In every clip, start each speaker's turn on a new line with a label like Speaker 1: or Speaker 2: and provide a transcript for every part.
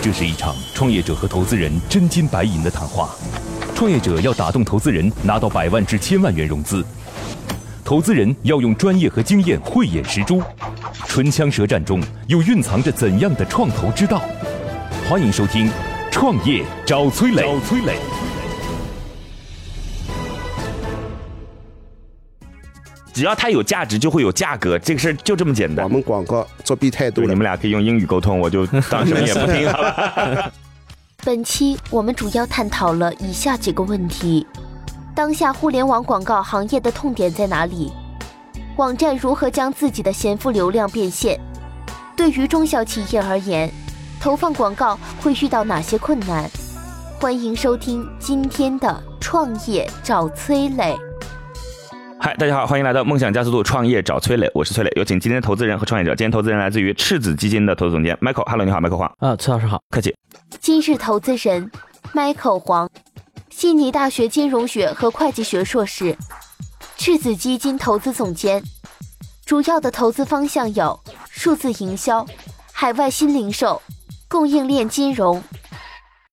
Speaker 1: 这是一场创业者和投资人真金白银的谈话。创业者要打动投资人，拿到百万至千万元融资；投资人要用专业和经验慧眼识珠。唇枪舌战中，又蕴藏着怎样的创投之道？欢迎收听《创业找崔磊》。
Speaker 2: 找崔磊。只要它有价值，就会有价格，这个事儿就这么简单
Speaker 3: 我。们广告作弊太多
Speaker 2: 对，你
Speaker 3: 了。
Speaker 2: 们俩可以用英语沟通，我就当什么也不听，好吧？
Speaker 4: 本期我们主要探讨了以下几个问题：当下互联网广告行业的痛点在哪里？网站如何将自己的闲赋流量变现？对于中小企业而言，投放广告会遇到哪些困难？欢迎收听今天的《创业找崔磊》。
Speaker 2: 嗨，大家好，欢迎来到梦想加速度创业找崔磊，我是崔磊，有请今天的投资人和创业者。今天投资人来自于赤子基金的投资总监 Michael，Hello，你好，Michael 黄，
Speaker 5: 啊，崔老师好。
Speaker 2: 客气。
Speaker 4: 今日投资人 Michael 黄，悉尼大学金融学和会计学硕士，赤子基金投资总监。主要的投资方向有数字营销、海外新零售、供应链金融。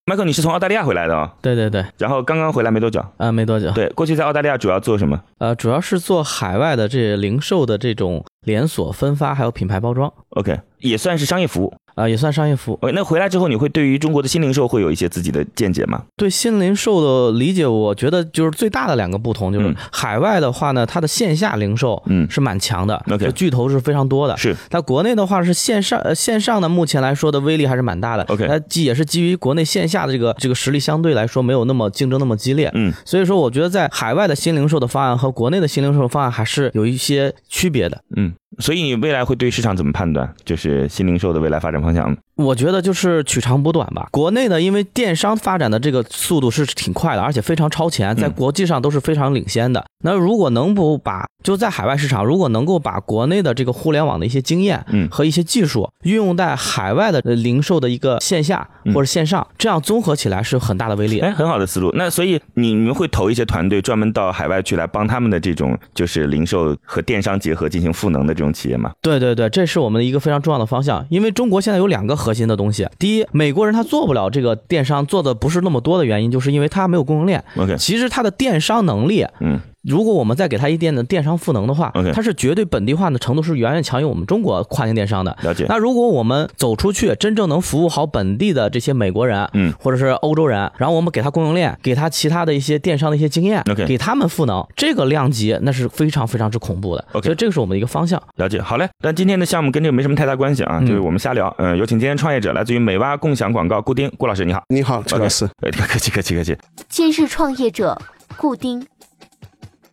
Speaker 2: Michael，你是从澳大利亚回来的哦，
Speaker 5: 对对对，
Speaker 2: 然后刚刚回来没多久。
Speaker 5: 啊，没多久。，
Speaker 2: 对，过去在澳大利亚主要做什么？
Speaker 5: 呃，主要是做海外的这零售的这种连锁分发，还有品牌包装，
Speaker 2: OK，也算是商业服务。
Speaker 5: 啊、也算商业服务。
Speaker 2: OK，那回来之后，你会对于中国的新零售会有一些自己的见解吗？
Speaker 5: 对新零售的理解，我觉得就是最大的两个不同，就是
Speaker 2: 嗯
Speaker 5: 海外的话呢，它的线下零售
Speaker 2: 嗯
Speaker 5: 是蛮强的，
Speaker 2: OK
Speaker 5: 就巨头是非常多
Speaker 3: 啊
Speaker 5: 的。
Speaker 2: 是
Speaker 5: 那国内的话是线上，呃，线上呢，目前来说的威力还是蛮大的。
Speaker 2: OK
Speaker 5: 它基也是基于国内线下的这个这个实力相对来说没有那么竞争那么激烈。
Speaker 2: 嗯，
Speaker 5: 所以说我觉得在海外的新零售的方案和国内的新零售方案还是有一些区别的。
Speaker 2: 嗯，所以你未来会对市场怎么判断？就是新零售的未来发展方向。
Speaker 5: 我觉得就是取长补短吧。国内的因为电商发展的这个速度是挺快的，而且非常超
Speaker 2: 嗯
Speaker 5: 前，在国际上都是非常领先的。那如果能不把就在海外市场，如果能够把国内的这个互联网的一些经验，
Speaker 2: 嗯
Speaker 5: 和一些技术运用在海外的呃零售的一个线下
Speaker 2: 嗯
Speaker 5: 或者线上，这样综合起来是有很大的威力的。
Speaker 2: 哎，很好的思路。那所以你你们会投一些团队专门到海外去来帮他们的这种就是零售和电商结合进行赋能的这种企业吗？
Speaker 5: 对对对，这是我们的一个非常重要的方向，因为中国现在有两个核心的东
Speaker 2: 嗯
Speaker 5: 西。第一，美国人他做不了这个电商，做的不是那么多的原因，就是因为他没有供应链。
Speaker 2: OK
Speaker 5: 其实他的电商能力，
Speaker 2: 嗯，
Speaker 5: 如果我们再给他一定的电商赋能的话
Speaker 2: OK
Speaker 5: 它是绝对本地化的程度是远远强于我们中国跨境电商的。
Speaker 2: 了解。
Speaker 5: 那如果我们走出去，真正能服务好本地的这些美国人，
Speaker 2: 嗯
Speaker 5: 或者是欧洲人，然后我们给他供应链，给他其他的一些电商的一些经验
Speaker 2: OK
Speaker 5: 给他们赋能，这个量级那是非常非常之恐怖的。
Speaker 2: OK
Speaker 5: 所以这个是我们的一个方向。
Speaker 2: 了解，好嘞。但今天的项目跟这个没什么太大关系啊，
Speaker 5: 嗯
Speaker 2: 就是我们瞎聊。嗯、有请今天创业者来自于美蛙共享广告顾丁顾老师，你好。
Speaker 3: 你好，陈老师，
Speaker 2: 呃，客气客气客气。
Speaker 4: 今日创业者顾丁，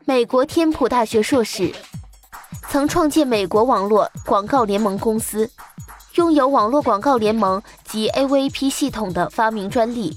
Speaker 4: 美国天普大学硕士，曾创建美国网络广告联盟公司，拥有网络广告联盟及 AVP 系统的发明专利。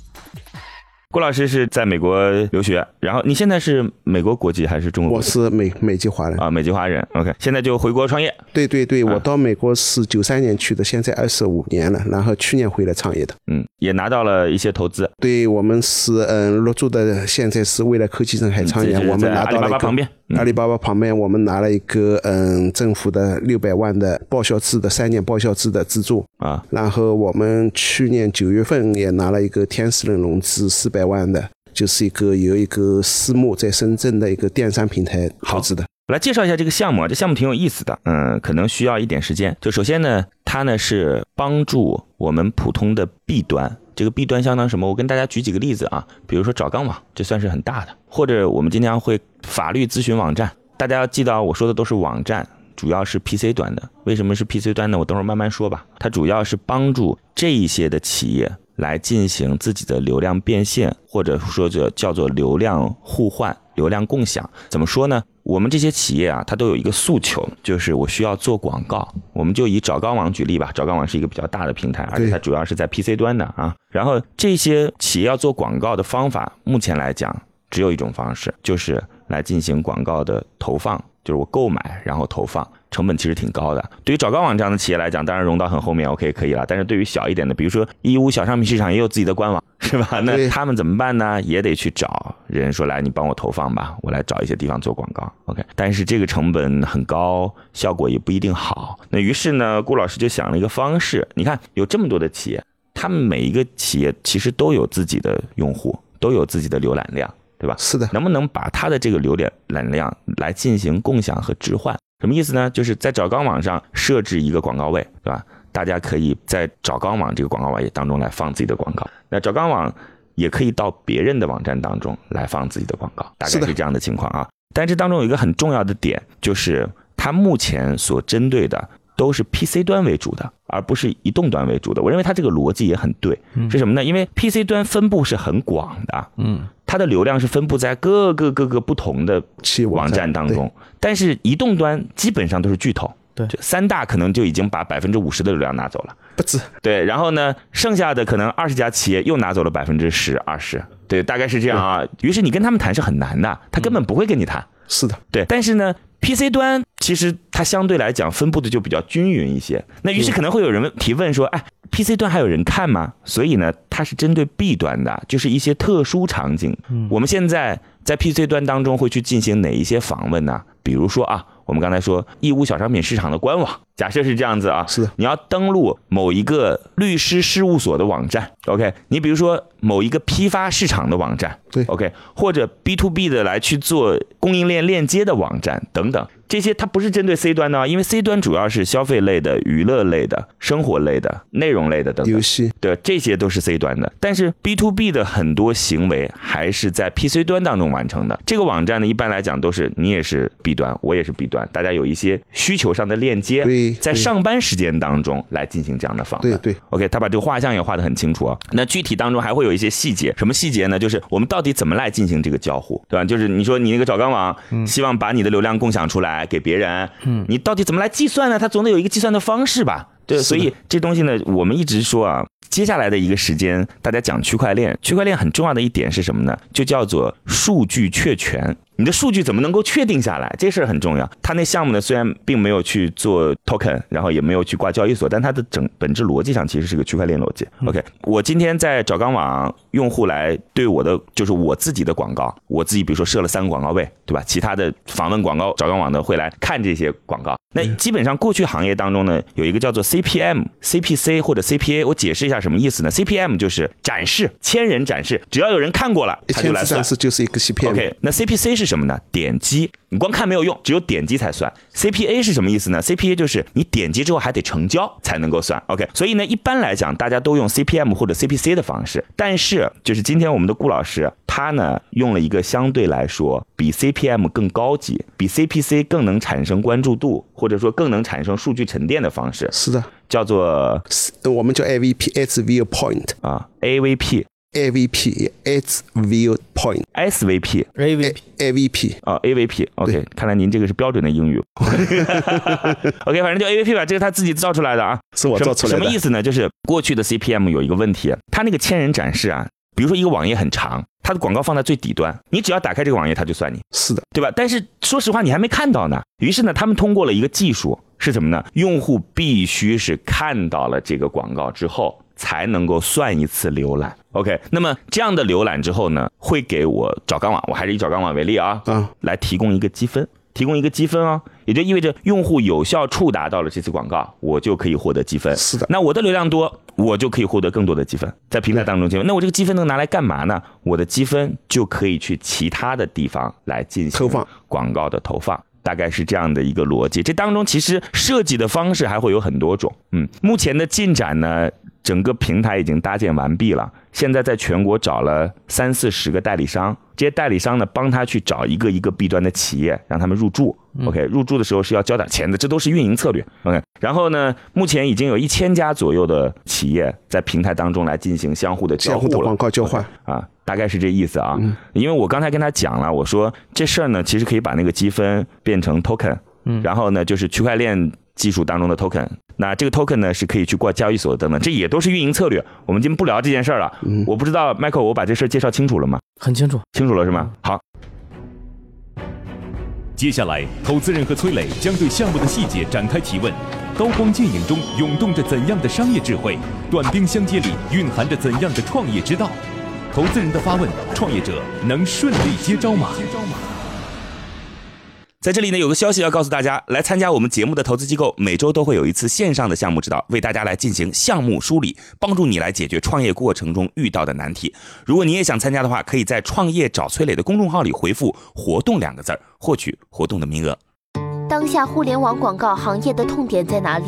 Speaker 2: 顾老师是在美国留学，然后你现在是美国国籍还是中国
Speaker 3: 我
Speaker 2: 国籍？
Speaker 3: 是美美籍华人。
Speaker 2: 啊，美籍华人。OK，现在就回国创业。
Speaker 3: 对对对，
Speaker 2: 啊
Speaker 3: 我到美国是九三年去的，现在二十五年了，然后去年回来创业的。
Speaker 2: 嗯，也拿到了一些投资。
Speaker 3: 对我们是嗯入驻的，现在是未来科技人海哎创业，
Speaker 2: 嗯这就是
Speaker 3: 我们
Speaker 2: 在
Speaker 3: 拿
Speaker 2: 阿里
Speaker 3: 到了
Speaker 2: 巴
Speaker 3: 一
Speaker 2: 巴
Speaker 3: 个
Speaker 2: 旁边。嗯
Speaker 3: 阿里巴巴旁边，我们拿了一个嗯政府的六百万的报销制的三年报销制的资助，
Speaker 2: 啊，
Speaker 3: 然后我们去年九月份也拿了一个天使轮融资四百万的，就是一个有一个私募在深圳的一个电商平台投资的。
Speaker 2: 我来介绍一下这个项目啊，这项目挺有意思的，嗯，可能需要一点时间。就首先呢，它呢是帮助我们普通的 B 端，这个 B 端相当于什么？我跟大家举几个例子啊，比如说找钢网，这算是很大的，或者我们经常会法律咨询网站，大家要记到我说的都是网站。主要是 PC 端的，为什么是 PC 端呢？我等会儿慢慢说吧。它主要是帮助这一些的企业来进行自己的流量变现，或者说这叫做流量互换、流量共享。怎么说呢？我们这些企业啊，它都有一个诉求，就是我需要做广告。我们就以找钢网举例吧，找钢网是一个比较大的平台，而且
Speaker 3: 对
Speaker 2: 它主要是在 PC 端的啊。然后这些企业要做广告的方法，目前来讲只有一种方式，就是来进行广告的投放，就是我购买然后投放，成本其实挺高的。对于找钢网这样的企业来讲，当然融到很后面 OK 可以了，但是对于小一点的，比如说义乌小商品市场也有自己的官网，是吧？那
Speaker 3: 对
Speaker 2: 他们怎么办呢？也得去找人说来，你帮我投放吧，我来找一些地方做广告，OK。但是这个成本很高，效果也不一定好。那于是呢，顾老师就想了一个方式，你看有这么多的企业。他们每一个企业其实都有自己的用户，都有自己的浏览量，对吧？
Speaker 3: 是的，
Speaker 2: 能不能把它的这个浏览量来进行共享和置换？什么意思呢？就是在找钢网上设置一个广告位，对吧？大家可以在找钢网这个广告位当中来放自己的广告。那找钢网也可以到别人的网站当中来放自己的广告，大
Speaker 3: 是
Speaker 2: 概
Speaker 3: 的
Speaker 2: 是这样的情况啊。但这当中有一个很重要的点，就是它目前所针对的都是 PC 端为主的，而不是移动端为主的。我认为它这个逻辑也很对，是什么呢？因为 PC 端分布是很广的，
Speaker 5: 嗯，
Speaker 2: 它的流量是分布在各个各个不同的
Speaker 3: 企业
Speaker 2: 网站当
Speaker 3: 对
Speaker 2: 中，但是移动端基本上都是巨头，
Speaker 5: 对
Speaker 2: 就三大可能就已经把百分之五十的流量拿走了，
Speaker 3: 不止，
Speaker 2: 对，然后呢，剩下的可能二十家企业又拿走了百分之十、二十，对，大概是这样啊。于是你跟他们谈是很难的，他根本不会跟你谈，
Speaker 3: 是的，
Speaker 2: 对，但是呢，PC 端其实它相对来讲分布的就比较均匀一些。那于是可能会有人问提问说，哎，PC 端还有人看吗？所以呢，它是针对 B 端的，就是一些特殊场景。我们现在在 PC 端当中会去进行哪一些访问呢？比如说啊，我们刚才说义乌小商品市场的官网，假设是这样子啊，
Speaker 3: 是的，
Speaker 2: 你要登录某一个律师事务所的网站，OK，你比如说某一个批发市场的网站，
Speaker 3: 对
Speaker 2: ，OK，或者 B to B 的来去做供应链链接的网站等等，这些它不是针对 C 端的啊，因为 C 端主要是消费类的、娱乐类的、生活类的、内容类的等等
Speaker 3: 游。戏
Speaker 2: 对，这些都是 C 端的，但是 B to B 的很多行为还是在 PC 端当中完成的。这个网站呢，一般来讲都是你也是 B 端，我也是 B 端，大家有一些需求上的链接
Speaker 3: 对，
Speaker 2: 在
Speaker 3: 对
Speaker 2: 上班时间当中来进行这样的访问。
Speaker 3: 对对
Speaker 2: OK，他把这个画像也画得很清楚啊。那具体当中还会有一些细节，什么细节呢？就是我们到底怎么来进行这个交互，对吧？就是你说你那个找钢网，
Speaker 3: 嗯
Speaker 2: 希望把你的流量共享出来给别人，嗯，你到底怎么来计算呢？它总得有一个计算的方式吧？对，
Speaker 3: 是的
Speaker 2: 所以这东西呢，我们一直说啊，接下来的一个时间，大家讲区块链，区块链很重要的一点是什么呢？就叫做数据确权。你的数据怎么能够确定下来？这事儿很重要。他那项目呢，虽然并没有去做 token，然后也没有去挂交易所，但它的整本质逻辑上其实是个区块链逻辑。OK，我今天在找钢网用户来对我的就是我自己的广告，我自己比如说设了三个广告位，对吧？其他的访问广告找钢网的会来看这些广告。那基本上过去行业当中呢，有一个叫做 CPM、CPC 或者 CPA，我解释一下什么意思呢？CPM 就是展示，千人展示，只要有人看过了，
Speaker 3: 一
Speaker 2: 他就
Speaker 3: 千
Speaker 2: 来
Speaker 3: 字
Speaker 2: 算
Speaker 3: 展。示就是一个 CPM，、
Speaker 2: OK，那 CPC 是什么呢？点击，你光看没有用，只有点击才算。CPA 是什么意思呢？CPA 就是你点击之后还得成交才能够算。OK，所以呢，一般来讲，大家都用 CPM 或者 CPC 的方式，但是就是今天我们的顾老师，他呢用了一个相对来说比 CPM 更高级，比 CPC 更能产生关注度，或者说更能产生数据沉淀的方式，
Speaker 3: 是的，
Speaker 2: 叫做
Speaker 3: 是我们叫 AVP as viewpoint。
Speaker 2: 啊 AVP、
Speaker 3: AVP as viewpoint
Speaker 2: SVP。
Speaker 5: a v
Speaker 3: A- AVP
Speaker 2: 啊、a v p o k 看来您这个是标准的英 语。OK，反正就 AVP 吧，这是他自己造出来的啊。
Speaker 3: 是我
Speaker 2: 什么
Speaker 3: 做出
Speaker 2: 什
Speaker 3: 来
Speaker 2: 么意
Speaker 3: 的，
Speaker 2: 思呢？就是过去的 CPM 有一个问题，它那个千人展示啊，比如说一个网页很长，它的广告放在最底端，你只要打开这个网页，它就算你，
Speaker 3: 是的，
Speaker 2: 对吧？但是说实话，你还没看到呢。于是呢，他们通过了一个技术，是什么呢？用户必须是看到了这个广告之后。才能够算一次浏览，OK。那么这样的浏览之后呢，会给我找钢网，我还是以找钢网为例啊，
Speaker 3: 啊，
Speaker 2: 来提供一个积分，提供一个积分哦，也就意味着用户有效触达到了这次广告，我就可以获得积分。
Speaker 3: 是的
Speaker 2: 那我的流量多，我就可以获得更多的积分，在平台当中积分。那我这个积分能拿来干嘛呢？我的积分就可以去其他的地方来进行
Speaker 3: 投放
Speaker 2: 广告的投放。大概是这样的一个逻辑，这当中其实设计的方式还会有很多种。嗯，目前的进展呢，整个平台已经搭建完毕了，现在在全国找了三四十个代理商，这些代理商呢帮他去找一个一个 B 端的企业，让他们入驻。OK，入驻的时候是要交点钱的，这都是运营策略。OK，然后呢，目前已经有一千家左右的企业在平台当中来进行相互的交
Speaker 3: 相
Speaker 2: 互
Speaker 3: 互的
Speaker 2: 了。
Speaker 3: 广告交换，
Speaker 2: 啊，大概是这意思啊。因为我刚才跟他讲了，我说这事儿呢，其实可以把那个积分变成 token，
Speaker 5: 嗯
Speaker 2: 然后呢就是区块链技术当中的 token。那这个 token 呢是可以去挂交易所等等，这也都是运营策略。我们今天不聊这件事儿了。我不知道 Michael，我把这事儿介绍清楚了吗？
Speaker 5: 很清楚。
Speaker 2: 清楚了是吗？好，
Speaker 1: 接下来，投资人和崔磊将对项目的细节展开提问。刀光剑影中涌动着怎样的商业智慧？短兵相接里蕴含着怎样的创业之道？投资人的发问，创业者能顺利接招吗？
Speaker 2: 在在这里呢，有个消息要告诉大家：来参加我们节目的投资机构，每周都会有一次线上的项目指导，为大家来进行项目梳理，帮助你来解决创业过程中遇到的难题。如果你也想参加的话，可以在“创业找崔磊”的公众号里回复“活动”两个字儿，获取活动的名额。
Speaker 4: 当下互联网广告行业的痛点在哪里？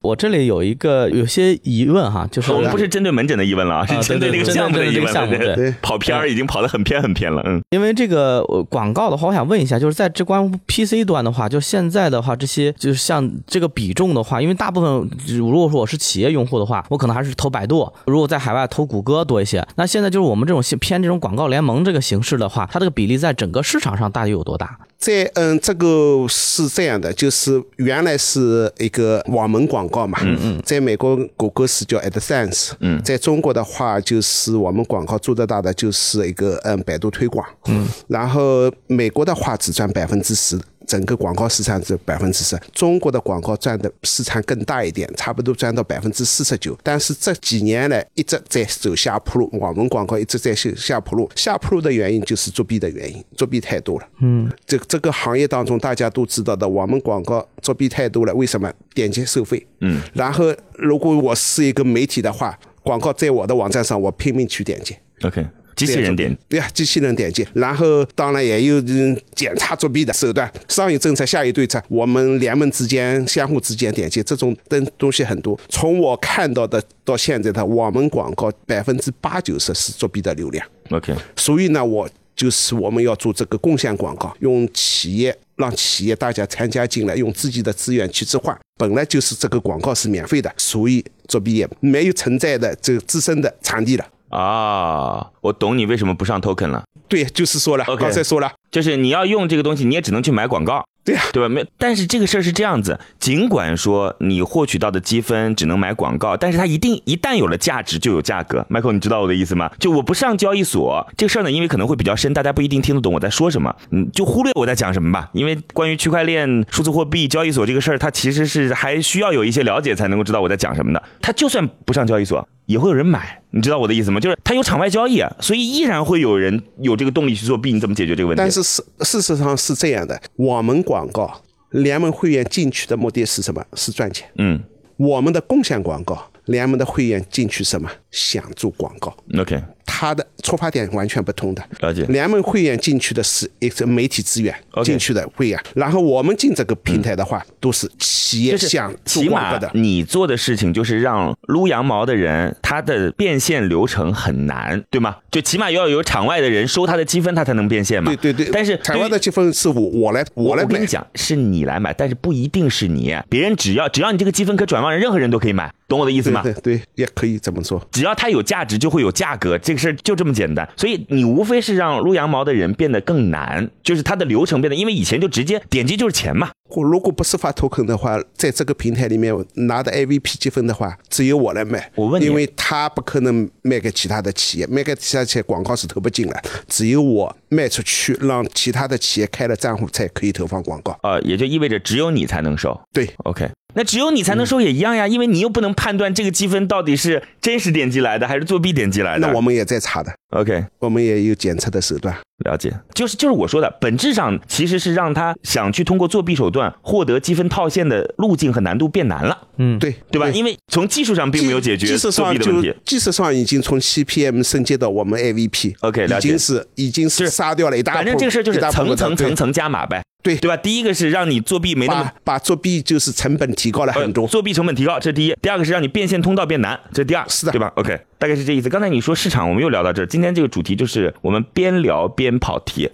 Speaker 5: 我这里有一个有些疑问哈，就是
Speaker 2: 我们不是针对门诊的疑问了啊，是
Speaker 5: 啊
Speaker 2: 针对这
Speaker 5: 对
Speaker 2: 个
Speaker 5: 对
Speaker 2: 项目的
Speaker 5: 针对
Speaker 2: 疑
Speaker 5: 这个
Speaker 2: 问
Speaker 5: 项目
Speaker 2: 了。
Speaker 5: 对
Speaker 3: 对
Speaker 2: 跑偏儿已经跑得很偏很偏了，嗯，
Speaker 5: 因为这个呃广告的话，我想问一下，就是在这关于 PC 端的话，就现在的话，这些就是像这个比重的话，因为大部分如果说我是企业用户的话，我可能还是投百度，如果在海外投谷歌多一些。那现在就是我们这种偏这种广告联盟这个形式的话，它这个比例在整个市场上大约有多大？
Speaker 3: 在嗯，这个是这样的，就是原来是一个网门广告嘛，嗯嗯，在美国谷歌是叫 AdSense，嗯，在中国的话就是我们广告做得大的就是一个嗯百度推广，嗯，然后美国的话只占百分之十。整个广告市场只有百分之十，中国的广告占的市场更大一点，差不多占到百分之四十九。但是这几年来一直在走下坡路，网文广告一直在走下坡路。下坡路的原因就是作弊的原因，作弊太多了。嗯，这这个行业当中大家都知道的，网文广告作弊太多了。为什么？点击收费。嗯，然后如果我是一个媒体的话，广告在我的网站上我拼命去点击。
Speaker 2: OK，机器人点
Speaker 3: 对呀、机器人点击，然后当然也有嗯检查作弊的手段，上有政策，下有对策，我们联盟之间、相互之间点击，这种东东西很多。从我看到的到现在的，我们广告百分之八九十是作弊的流量，
Speaker 2: OK，
Speaker 3: 所以呢，我就是我们要做这个共享广告，用企业让企业大家参加进来，用自己的资源去置换。本来就是这个广告是免费的，所以作弊也没有存在的这个自身的场地了。
Speaker 2: 啊，我懂你为什么不上 token 了，
Speaker 3: 对，就是说了
Speaker 2: OK
Speaker 3: 刚才说了。
Speaker 2: 就是你要用这个东西，你也只能去买广告。
Speaker 3: 对呀、
Speaker 2: 对吧？没，但是这个事儿是这样子，尽管说你获取到的积分只能买广告，但是它一定一旦有了价值就有价格。Michael，你知道我的意思吗？就我不上交易所这个事儿呢，因为可能会比较深，大家不一定听得懂我在说什么，嗯，就忽略我在讲什么吧。因为关于区块链、数字货币、交易所这个事儿，它其实是还需要有一些了解才能够知道我在讲什么的。它就算不上交易所，也会有人买。你知道我的意思吗？就是它有场外交易，啊所以依然会有人有这个动力去作弊。你怎么解决这个问题？
Speaker 3: 但是事事实上是这样的，我们广告联盟会员进去的目的是什么？是赚钱。
Speaker 2: 嗯
Speaker 3: 我们的共享广告，联盟的会员进去什么？想做广告，
Speaker 2: ，OK，
Speaker 3: 它的出发点完全不同的。
Speaker 2: 了解。
Speaker 3: 联盟会员进去的是一个媒体资源
Speaker 2: OK 嗯
Speaker 3: 进去的会员，然后我们进这个平台的话，都是企业
Speaker 2: 就是
Speaker 3: 想做
Speaker 2: 起
Speaker 3: 广
Speaker 2: 码嗯
Speaker 3: 告的。
Speaker 2: 你做的事情就是让撸羊毛的人，他的变现流程很难，对吗？就起码要有场外的人收他的积分，他才能变现嘛。
Speaker 3: 对对对，
Speaker 2: 但是
Speaker 3: 台湾的积分是我我来
Speaker 2: 我
Speaker 3: 我来
Speaker 2: 跟
Speaker 3: 买
Speaker 2: 你，讲，是你来买，但是不一定是你，别人只要只要你这个积分可转让人，任何人都可以买，懂我的意思
Speaker 3: 对
Speaker 2: 吗？
Speaker 3: 对对，也可以这么说。
Speaker 2: 只要它有价值，就会有价格，这个事儿就这么简单。所以你无非是让撸羊毛的人变得更难，就是它的流程变得，因为以前就直接点击就是钱嘛。
Speaker 3: 我如果不是发 token 的话，在这个平台里面我拿的 AVP 积分的话，只有我来卖。
Speaker 2: 我问你
Speaker 3: 因为他不可能卖给其他的企业，卖给其他企业广告是投不进来，只有我卖出去，让其他的企业开了账户才可以投放广告。
Speaker 2: 呃，也就意味着只有你才能收。
Speaker 3: 对嗯
Speaker 2: ，OK，那只有你才能收也一样呀，因为你又不能判断这个积分到底是真实点击来的还是作弊点击来的。
Speaker 3: 那我们也在查的，
Speaker 2: OK。
Speaker 3: 我们也有检测的手段。
Speaker 2: 了解，就是就是我说的，本质上其实是让他想去通过作弊手段获得积分套现的路径和难度变难了，
Speaker 5: 嗯，
Speaker 3: 对，
Speaker 2: 对吧？因为从技术上并没有解
Speaker 3: 技
Speaker 2: 决
Speaker 3: 术
Speaker 2: 作
Speaker 3: 上
Speaker 2: 弊的问题
Speaker 3: 就。技术上已经从 CPM 升级到我们 AVP。
Speaker 2: OK，了
Speaker 3: 已
Speaker 2: 解
Speaker 3: 经是已经
Speaker 2: 就是
Speaker 3: 是杀掉了一大波，
Speaker 2: 反正这个事儿就是
Speaker 3: 一大波
Speaker 2: 层
Speaker 3: 的
Speaker 2: 层
Speaker 3: 对
Speaker 2: 层层加码呗，
Speaker 3: 对
Speaker 2: 对吧？第一个是让你作弊没那么
Speaker 3: 把把作弊就是成本提高了
Speaker 2: 呃
Speaker 3: 很多。
Speaker 2: 作弊成本提高，这是第一；第二个是让你变现通道变难，这是第二，
Speaker 3: 是的
Speaker 2: 对吧？OK，大概是这意思。刚才你说市场，我们又聊到这儿。今天这个主题就是我们边聊边跑题。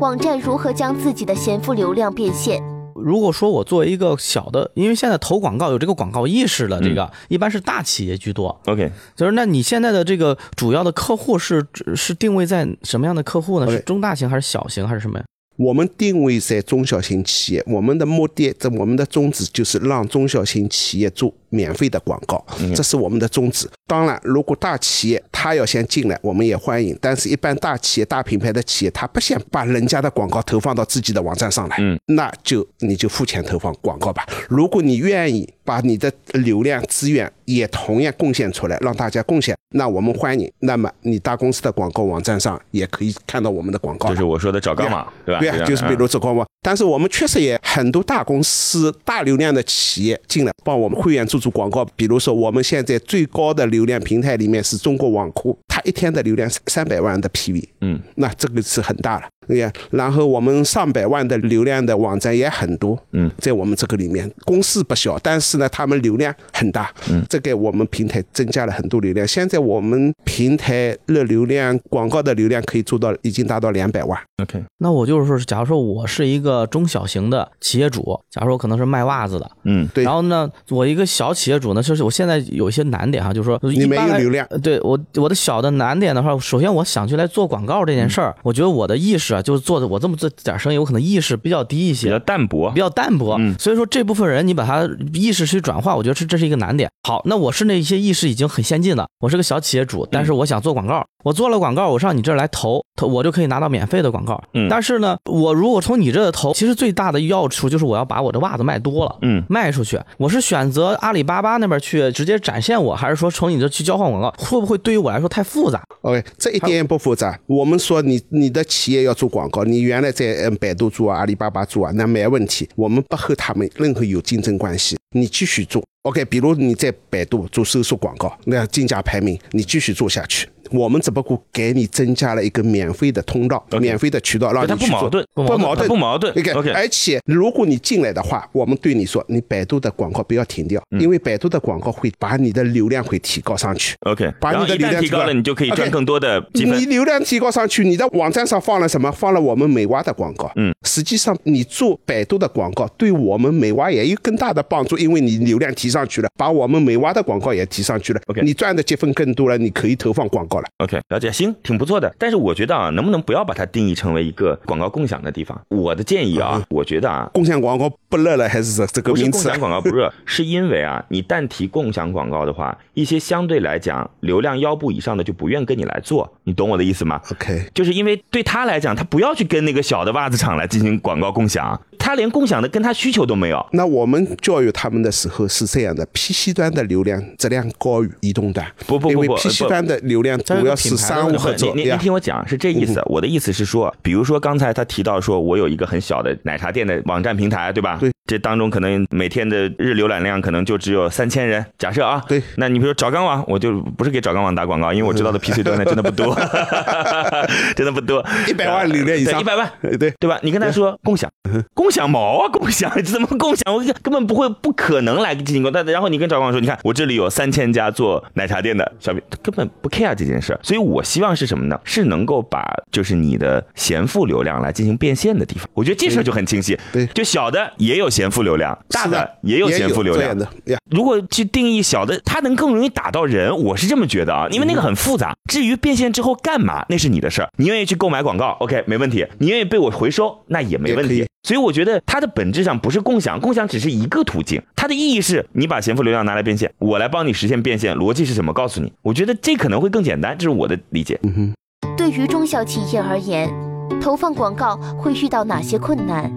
Speaker 4: 网站如何将自己的闲赋流量变现？
Speaker 5: 如果说我作为一个小的，因为现在投广告有这个广告意识了，这个、一般是大企业居多，
Speaker 2: OK，
Speaker 5: 就是那你现在的这个主要的客户是是定位在什么样的客户呢？
Speaker 3: OK
Speaker 5: 是中大型还是小型还是什么呀？
Speaker 3: 我们定位在中小型企业，我们的目的，这我们的宗旨就是让中小型企业做免费的广告，这是我们的宗旨。当然，如果大企业它要先进来，我们也欢迎。但是，一般大企业、大品牌的企业，它不想把人家的广告投放到自己的网站上来，嗯，那就你就付钱投放广告吧。如果你愿意把你的流量资源也同样贡献出来，让大家贡献，那我们欢迎。那么，你大公司的广告网站上也可以看到我们的广告
Speaker 2: 就
Speaker 3: 了。
Speaker 2: 是我说的找杠嘛，对吧？嗯
Speaker 3: 对啊，就是比如走光网。但是我们确实也很多大公司、大流量的企业进来帮我们会员做做广告。比如说，我们现在最高的流量平台里面是中国网酷，它一天的流量三百万的 PV，
Speaker 2: 嗯，
Speaker 3: 那这个是很大了。对呀，然后我们上百万的流量的网站也很多，
Speaker 2: 嗯，
Speaker 3: 在我们这个里面公司不小，但是呢，他们流量很大，嗯，这给我们平台增加了很多流量。现在我们平台热流量、广告的流量可以做到已经达到两百万，
Speaker 2: OK，
Speaker 5: 那我就是说，假如说我是一个中小型的企业主，假如说我可能是卖袜子的，
Speaker 2: 嗯，
Speaker 3: 对
Speaker 5: 然后呢，我一个小企业主呢，就是我现在有一些难点哈，啊就是说
Speaker 3: 你
Speaker 5: 你
Speaker 3: 没有流量，
Speaker 5: 呃对我我的小的难点的话，首先我想去来做广告这件事
Speaker 3: 嗯
Speaker 5: 儿，我觉得我的意识啊，就是做的我这么这点生意，我可能意识比较低一
Speaker 2: 比
Speaker 5: 些
Speaker 2: 较，淡薄
Speaker 5: 比，较淡薄，
Speaker 2: 嗯
Speaker 5: 所以说这部分人你把他意识去转化，我觉得是这是一个难点。好，那我是那些意识已经很先进了，我是个小企业主，
Speaker 2: 嗯
Speaker 5: 但是我想做广告，我做了广告，我上你这儿来投，投我就可以拿到免费的广告。
Speaker 2: 嗯
Speaker 5: 但是呢，我如果从你这儿投，其实最大的要处就是我要把我的袜子卖多了。
Speaker 2: 嗯
Speaker 5: 卖出去，我是选择阿里巴巴那边去直接展现我，还是说从你这去交换广告？会不会对于我来说太复杂？
Speaker 3: OK，这一点也不复杂。我们说你你的企业要做广告，你原来在嗯百度做啊、阿里巴巴做啊，那没问题，我们不和他们任何有竞争关系，你继续做。OK，比如你在百度做搜索广告，那竞价排名你继续做下去，我们只不过给你增加了一个免费的通道、免费的渠道，让
Speaker 2: 它
Speaker 3: 你
Speaker 2: 不
Speaker 3: 去做
Speaker 2: 矛盾，
Speaker 5: 不
Speaker 3: 不矛
Speaker 2: 它
Speaker 3: 盾，
Speaker 2: 不矛盾。
Speaker 3: OK，,
Speaker 2: OK，
Speaker 3: 而且如果你进来的话，我们对你说，你百度的广告不要停掉，
Speaker 2: 嗯
Speaker 3: 因为百度的广告会把你的流量会提高上去。
Speaker 2: OK，
Speaker 3: 把
Speaker 2: 然后
Speaker 3: 你的
Speaker 2: 一
Speaker 3: 流
Speaker 2: 旦
Speaker 3: 量
Speaker 2: 提高了，你就可以赚更多的积
Speaker 3: 你
Speaker 2: 分。
Speaker 3: 流量提高上去，你的网站上放了什么？放了我们美蛙的广告。
Speaker 2: 嗯，
Speaker 3: 实际上你做百度的广告，对我们美蛙也有更大的帮助，因为你流量提上去了，把我们美蛙的广告也提上去了。
Speaker 2: OK
Speaker 3: 你赚的积分更多了，你可以投放广告了。
Speaker 2: OK，了解，行，挺不错的。但是我觉得啊，能不能不要把它定义成为一个广告共享的地方？我的建议
Speaker 3: 嗯
Speaker 2: 啊，我觉得啊，
Speaker 3: 共享广告不热了，还是这这个
Speaker 2: 不是
Speaker 3: 名
Speaker 2: 共
Speaker 3: 词啊
Speaker 2: 享？广告不 热，是因为啊，你但提共享广告的话，一些相对来讲流量腰部以上的就不愿跟你来做，你懂我的意思吗？
Speaker 3: OK，
Speaker 2: 就是因为对他来讲，他不要去跟那个小的袜子厂来进行广告共享，他连共享的跟他需求都没有。
Speaker 3: 那我们教育他们的时候是这样的：PC 端的流量质量高于移动端，
Speaker 2: 不不不
Speaker 3: 因为
Speaker 2: 不
Speaker 3: PC
Speaker 2: 不
Speaker 3: 端的流量主要是商务合作嗯
Speaker 2: 你你你
Speaker 3: 呀。
Speaker 2: 听我讲，是这意思。我的意思是说，比如说刚才他提到说，我有一个很小的奶茶店的网站平台，对吧？
Speaker 3: 对。
Speaker 2: 这当中可能每天的日浏览量可能就只有三千人，假设啊。
Speaker 3: 对
Speaker 2: 那你比如说找钢网，我就不是给找钢网打广告，因为我知道的 PC 端的真的不多， 真的不多，
Speaker 3: 100万流量以上
Speaker 2: 一百万。
Speaker 3: 呃对，
Speaker 2: 对吧？你跟他说共享， 共享毛啊， 共享怎么共享？我根本不会，不可能来进行过。但然后你跟赵光说，你看我这里有三千家做奶茶店的小品，他根本不 care 这件事儿。所以我希望是什么呢？是能够把就是你的闲赋流量来进行变现的地方。我觉得这事儿就很清晰。
Speaker 3: 对
Speaker 2: 就小的也有闲赋流量，大
Speaker 3: 是
Speaker 2: 的
Speaker 3: 的
Speaker 2: 也有闲赋流
Speaker 3: 这
Speaker 2: 量
Speaker 3: 样。的呀。
Speaker 2: 如果去定义小的，它能更容易打到人，我是这么觉得啊，因为那个很复杂。至于变现之后干嘛，那是你的事儿，你愿意去购买广告，OK，没问题；你愿意被我回收，那也没问
Speaker 3: 也
Speaker 2: 题
Speaker 3: 可以。
Speaker 2: 所以我觉得它的本质上不是共享，共享只是一个途径，它的意义是你把闲赋流量拿来变现，我来帮你实现变现，逻辑是什么？告诉你，我觉得这可能会更简单，这是我的理解。
Speaker 3: 嗯哼。
Speaker 4: 对于中小企业而言，投放广告会遇到哪些困难？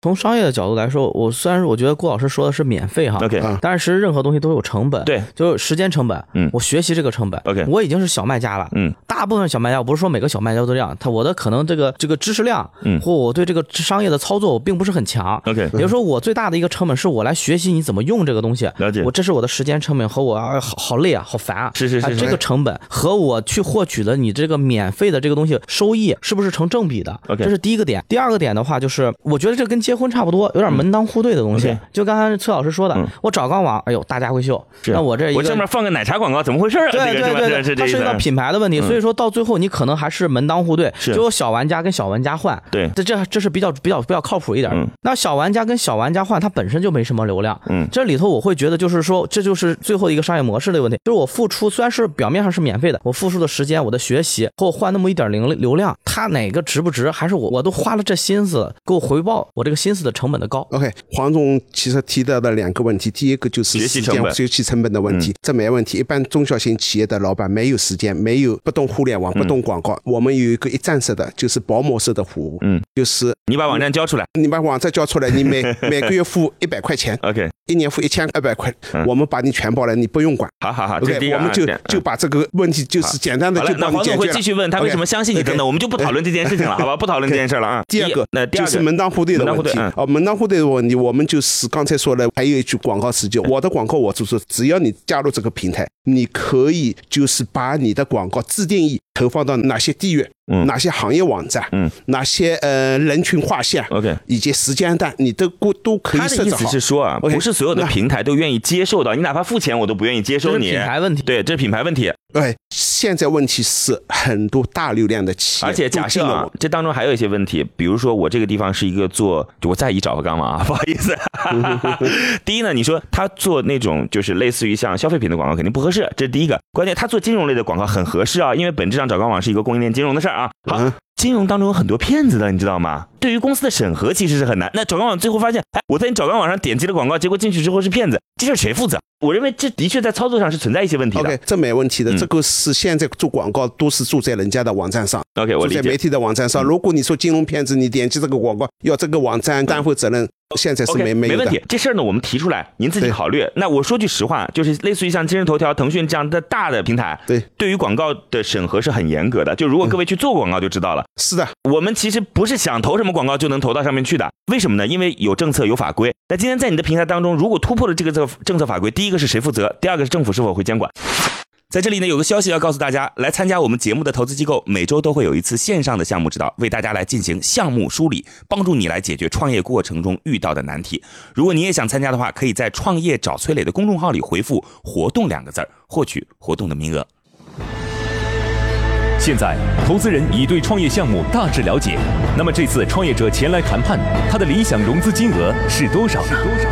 Speaker 5: 从商业的角度来说，我虽然我觉得郭老师说的是免费哈
Speaker 2: OK，
Speaker 3: 啊
Speaker 5: 但是其实任何东西都有成本，
Speaker 2: 对，
Speaker 5: 就是时间成本，
Speaker 2: 嗯
Speaker 5: 我学习这个成本
Speaker 2: OK
Speaker 5: 我已经是小卖家了，
Speaker 2: 嗯，
Speaker 5: 大部分小卖家，我不是说每个小卖家都这样，他我的可能这个这个知识量，
Speaker 2: 嗯
Speaker 5: 或我对这个商业的操作我并不是很强，
Speaker 2: OK
Speaker 5: 也就是说我最大的一个成本是我来学习你怎么用这个东西，
Speaker 2: 了解
Speaker 5: 我这是我的时间成本和我啊好好累啊，好烦啊，
Speaker 2: 是是是
Speaker 5: 啊
Speaker 2: 是
Speaker 5: 这个成本和我去获取的你这个免费的这个东西收益是不是成正比的
Speaker 2: OK
Speaker 5: 这是第一个点。第二个点的话，就是我觉得这跟结婚差不多，有点门当户对的东
Speaker 2: 嗯
Speaker 5: 西。
Speaker 2: OK 嗯
Speaker 5: 就刚才崔老师说的，我找钢网，哎呦大家闺秀，
Speaker 2: 是
Speaker 5: 那我这一
Speaker 2: 我
Speaker 5: 个
Speaker 2: 上面放个奶茶广告，怎么回事啊？
Speaker 5: 对
Speaker 2: 这个是
Speaker 5: 对
Speaker 2: 吧
Speaker 5: 对
Speaker 2: 是这
Speaker 5: 对，它
Speaker 2: 意
Speaker 5: 涉
Speaker 2: 思啊嗯
Speaker 5: 及到品牌的问题，所以说到最后你可能还是门当户对，
Speaker 2: 是
Speaker 5: 只有小玩家跟小玩家换，
Speaker 2: 对
Speaker 5: 这这这是比较比较比较靠谱一点
Speaker 2: 嗯
Speaker 5: 的。那小玩家跟小玩家换，它本身就没什么流量，
Speaker 2: 嗯
Speaker 5: 这里头我会觉得就是说，这就是最后一个商业模式的问题，就是我付出虽然是表面上是免费的，我付出的时间、我的学习和我换那么一点零流量，它哪个值不值？还是我我都花了这心思，给我回报我这个心思的成本的高。
Speaker 3: OK，黄总其实提到的两个问题，第一个就是
Speaker 2: 学习
Speaker 3: 时
Speaker 2: 成
Speaker 3: 间
Speaker 2: 本嗯
Speaker 3: 学习成本的问题，这没问题。一般中小型企业的老板没有时间，没有不动互联
Speaker 2: 嗯
Speaker 3: 网，不动广告。我们有一个一站式的，就是薄膜式的服务，
Speaker 2: 嗯，
Speaker 3: 就是
Speaker 2: 你把网站交出来
Speaker 3: 你把网站交出来，你每每个月付一百块钱，
Speaker 2: ，OK，
Speaker 3: 一年付一千二百块
Speaker 2: 嗯，
Speaker 3: 我们把你全包了，你不用管。
Speaker 2: 好好好，这是第一个
Speaker 3: OK，我
Speaker 2: 啊
Speaker 3: 们就
Speaker 2: 这样
Speaker 3: 就把这个问题就是简单的
Speaker 2: 好了
Speaker 3: 就，
Speaker 2: 那
Speaker 3: 帮你
Speaker 2: 黄
Speaker 3: 解
Speaker 2: 总会
Speaker 3: 决了
Speaker 2: 继。续问他为
Speaker 3: OK，
Speaker 2: 什么相信你
Speaker 3: OK
Speaker 2: 等等，我们就不讨论这件事情了，好吧？不讨论这件事了啊。
Speaker 3: 第二个
Speaker 2: 一那第
Speaker 3: 就
Speaker 2: 二
Speaker 3: 是
Speaker 2: 个
Speaker 3: 门当户对的问
Speaker 2: 门当
Speaker 3: 题
Speaker 2: 户对嗯
Speaker 3: 哦，门当户对的问题，我们就是刚才说了，还有一句广告词就我的广告我做出，只要你加入这个平台，你可以就是把你的广告自定义投放到哪些地域、
Speaker 2: 嗯
Speaker 3: 哪些行业网站、
Speaker 2: 嗯
Speaker 3: 哪些呃人群画像
Speaker 2: OK
Speaker 3: 以及时间段，你都都都可以
Speaker 2: 他的
Speaker 3: 设
Speaker 2: 意
Speaker 3: 置
Speaker 2: 思
Speaker 3: 好
Speaker 2: 是。说啊，
Speaker 3: OK，
Speaker 2: 不是所有的
Speaker 3: 那
Speaker 2: 平台都愿意接受到，你哪怕付钱我都不愿意接
Speaker 5: 这
Speaker 2: 受
Speaker 5: 是
Speaker 2: 你。
Speaker 5: 品牌问题，
Speaker 2: 对，这是品牌问题。
Speaker 3: 对，哎现在问题是很多大流量的企业，
Speaker 2: 而且假设啊，这当中还有一些问题，比如说我这个地方是一个做，我再一找个刚嘛 啊，不好意思。第一呢，你说他做那种就是类似于像消费品的广告肯定不合适，这是第一个。关键他做金融类的广告很合适啊，因为本质上找刚网是一个供应链金融的事儿啊。好，
Speaker 3: 嗯
Speaker 2: 金融当中有很多骗子的，你知道吗？对于公司的审核其实是很难。那找官网最后发现，哎，我在你找官网上点击了广告，结果进去之后是骗子，这事儿谁负责？我认为这的确在操作上是存在一些问题的。
Speaker 3: OK，这没问题的，
Speaker 2: 嗯
Speaker 3: 这个是现在做广告都是住在人家的网站上。
Speaker 2: OK，我
Speaker 3: 就
Speaker 2: 理
Speaker 3: 在媒
Speaker 2: 解。嗯
Speaker 3: 体的网站上。如果你说金融骗子，你点击这个广告，要这个网站担负责任，现在是
Speaker 2: OK，
Speaker 3: 没没有
Speaker 2: 问
Speaker 3: 的。
Speaker 2: 题。这事儿呢，我们提出来，您自己
Speaker 3: 对
Speaker 2: 考虑。那我说句实话，就是类似于像今日头条、腾讯这样的大的平台，
Speaker 3: 对，嗯
Speaker 2: 对于广告的审核是很严格的。就如果各位去做广告就知道了，
Speaker 3: 是的，
Speaker 2: 我们其实不是想投什么广告就能投到上面去的，为什么呢？因为有政策有法规。那今天在你的平台当中，如果突破了这个政政策法规，第一个是谁负责，第二个是政府是否会监管。在这里呢，有个消息要告诉大家，来参加我们节目的投资机构，每周都会有一次线上的项目指导，为大家来进行项目梳理，帮助你来解决创业过程中遇到的难题。如果你也想参加的话，可以在“创业找崔磊”的公众号里回复“活动”两个字儿，获取活动的名额。
Speaker 1: 现在，投资人已对创业项目大致了解。那么这次创业者前来谈判，他的理想融资金额是多少？是多少？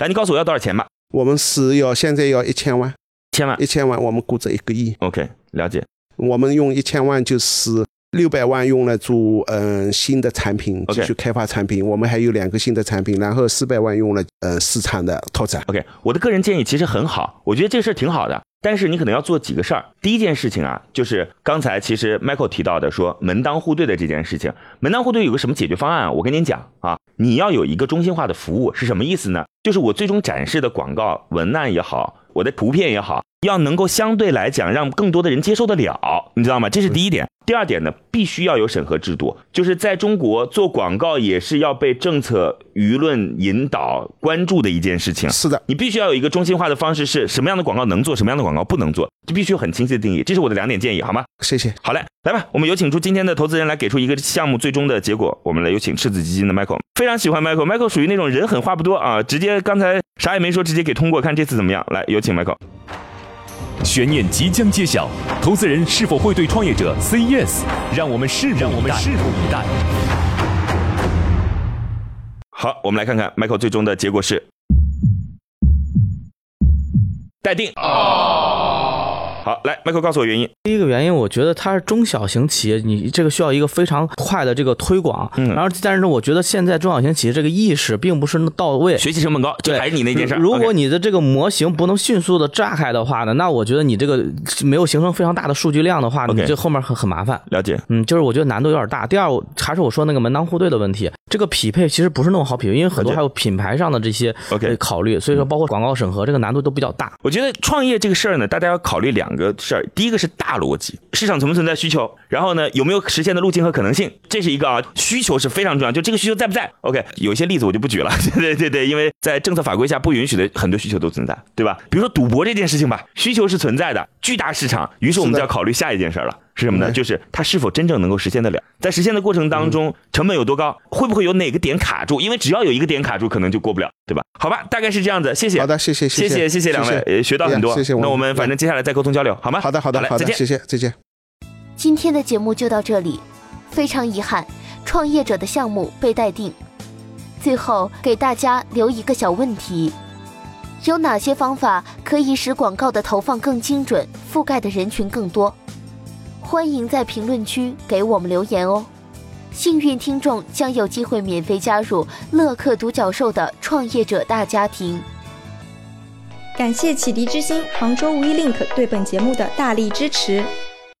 Speaker 2: 来，你告诉我要多少钱吧？
Speaker 3: 我们是要现在要一千万，
Speaker 2: 千万
Speaker 3: 一。千万，我们估值一个亿，
Speaker 2: OK，了解。
Speaker 3: 我们用一千万就是。六百万用来做嗯、呃新的产品，
Speaker 2: OK
Speaker 3: 继续开发产品。我们还有两个新的产品，然后四百万用了呃市场的拓展。
Speaker 2: OK，我的个人建议其实很好，我觉得这事儿挺好的，但是你可能要做几个事儿。第一件事情啊，就是刚才其实 Michael 提到的说门当户对的这件事情，门当户对有个什么解决方案啊？我跟您讲啊，你要有一个中心化的服务是什么意思呢？就是我最终展示的广告文案也好，我的图片也好，要能够相对来讲让更多的人接受得了，你知道吗？这是第一点。第二点呢，必须要有审核制度，就是在中国做广告也是要被政策、舆论引导、关注的一件事情。
Speaker 3: 是的，
Speaker 2: 你必须要有一个中心化的方式，是什么样的广告能做，什么样的广告不能做，这必须有很清晰的定义。这是我的两点建议，好吗？
Speaker 3: 谢谢。
Speaker 2: 好嘞，来吧，我们有请出今天的投资人来给出一个项目最终的结果。我们来有请赤子基金的 Michael，非常喜欢 Michael，Michael 属于那种人狠话不多啊，直接刚才啥也没说，直接给通过，看这次怎么样。来，有请 Michael。
Speaker 1: 悬念即将揭晓，投资人是否会对创业者 say yes？让我们拭目我们拭目以待。
Speaker 2: 好，我们来看看 Michael 最终的结果是待定。
Speaker 5: 哦
Speaker 2: 好，来，Michael 告诉我原因。
Speaker 5: 第一个原因，我觉得它是中小型企业，你这个需要一个非常快的这个推广。
Speaker 2: 嗯
Speaker 5: 然后，但是我觉得现在中小型企业这个意识并不是那么到位。
Speaker 2: 学习成本高，就
Speaker 5: 对
Speaker 2: 还是你那件事儿。
Speaker 5: 如如
Speaker 2: OK
Speaker 5: 果你的这个模型不能迅速的炸开的话呢，那我觉得你这个没有形成非常大的数据量的话，
Speaker 2: OK
Speaker 5: 你这后面很很麻烦。
Speaker 2: 了解，
Speaker 5: 嗯，就是我觉得难度有点大。第二，我还是我说那个门当户对的问题，这个匹配其实不是那么好匹配，因为
Speaker 2: 了
Speaker 5: 很多
Speaker 2: 解
Speaker 5: 还有品牌上的这些
Speaker 2: OK
Speaker 5: 呃考虑，所以说包括广告审核这个难度都比较大。
Speaker 2: 我觉得创业这个事儿呢，大家要考虑两个事儿，第一个是大逻辑，市场存不存在需求，然后呢有没有实现的路径和可能性，这是一个啊，需求是非常重要，就这个需求在不在？OK，有一些例子我就不举了， 对对对，因为在政策法规下不允许的很多需求都存在，对吧？比如说赌博这件事情吧，需求是存在的，巨大市场，于是我们就
Speaker 3: 是的
Speaker 2: 要考虑下一件事儿了。是什么呢？
Speaker 3: 嗯
Speaker 2: 就是它是否真正能够实现得了，在实现的过程当中，成本有多高，会不会有哪个点卡住？因为只要有一个点卡住，可能就过不了，对吧？好吧，大概是这样子，谢谢。
Speaker 3: 好的，谢谢，
Speaker 2: 谢
Speaker 3: 谢，
Speaker 2: 谢谢两位，也学到很多。
Speaker 3: 哎呀谢谢。
Speaker 2: 那我们反正接下来再沟通交流，好吗？
Speaker 3: 好的，好的，
Speaker 2: 嘞
Speaker 3: 好
Speaker 2: 再
Speaker 3: 的，
Speaker 2: 见。
Speaker 3: 谢谢，再见。
Speaker 4: 今天的节目就到这里，非常遗憾，创业者的项目被待定。最后给大家留一个小问题：有哪些方法可以使广告的投放更精准，覆盖的人群更多？欢迎在评论区给我们留言哦。幸运听众将有机会免费加入乐客独角兽的创业者大家庭。
Speaker 6: 感谢启迪之星、杭州无一 link 对本节目的大力支持。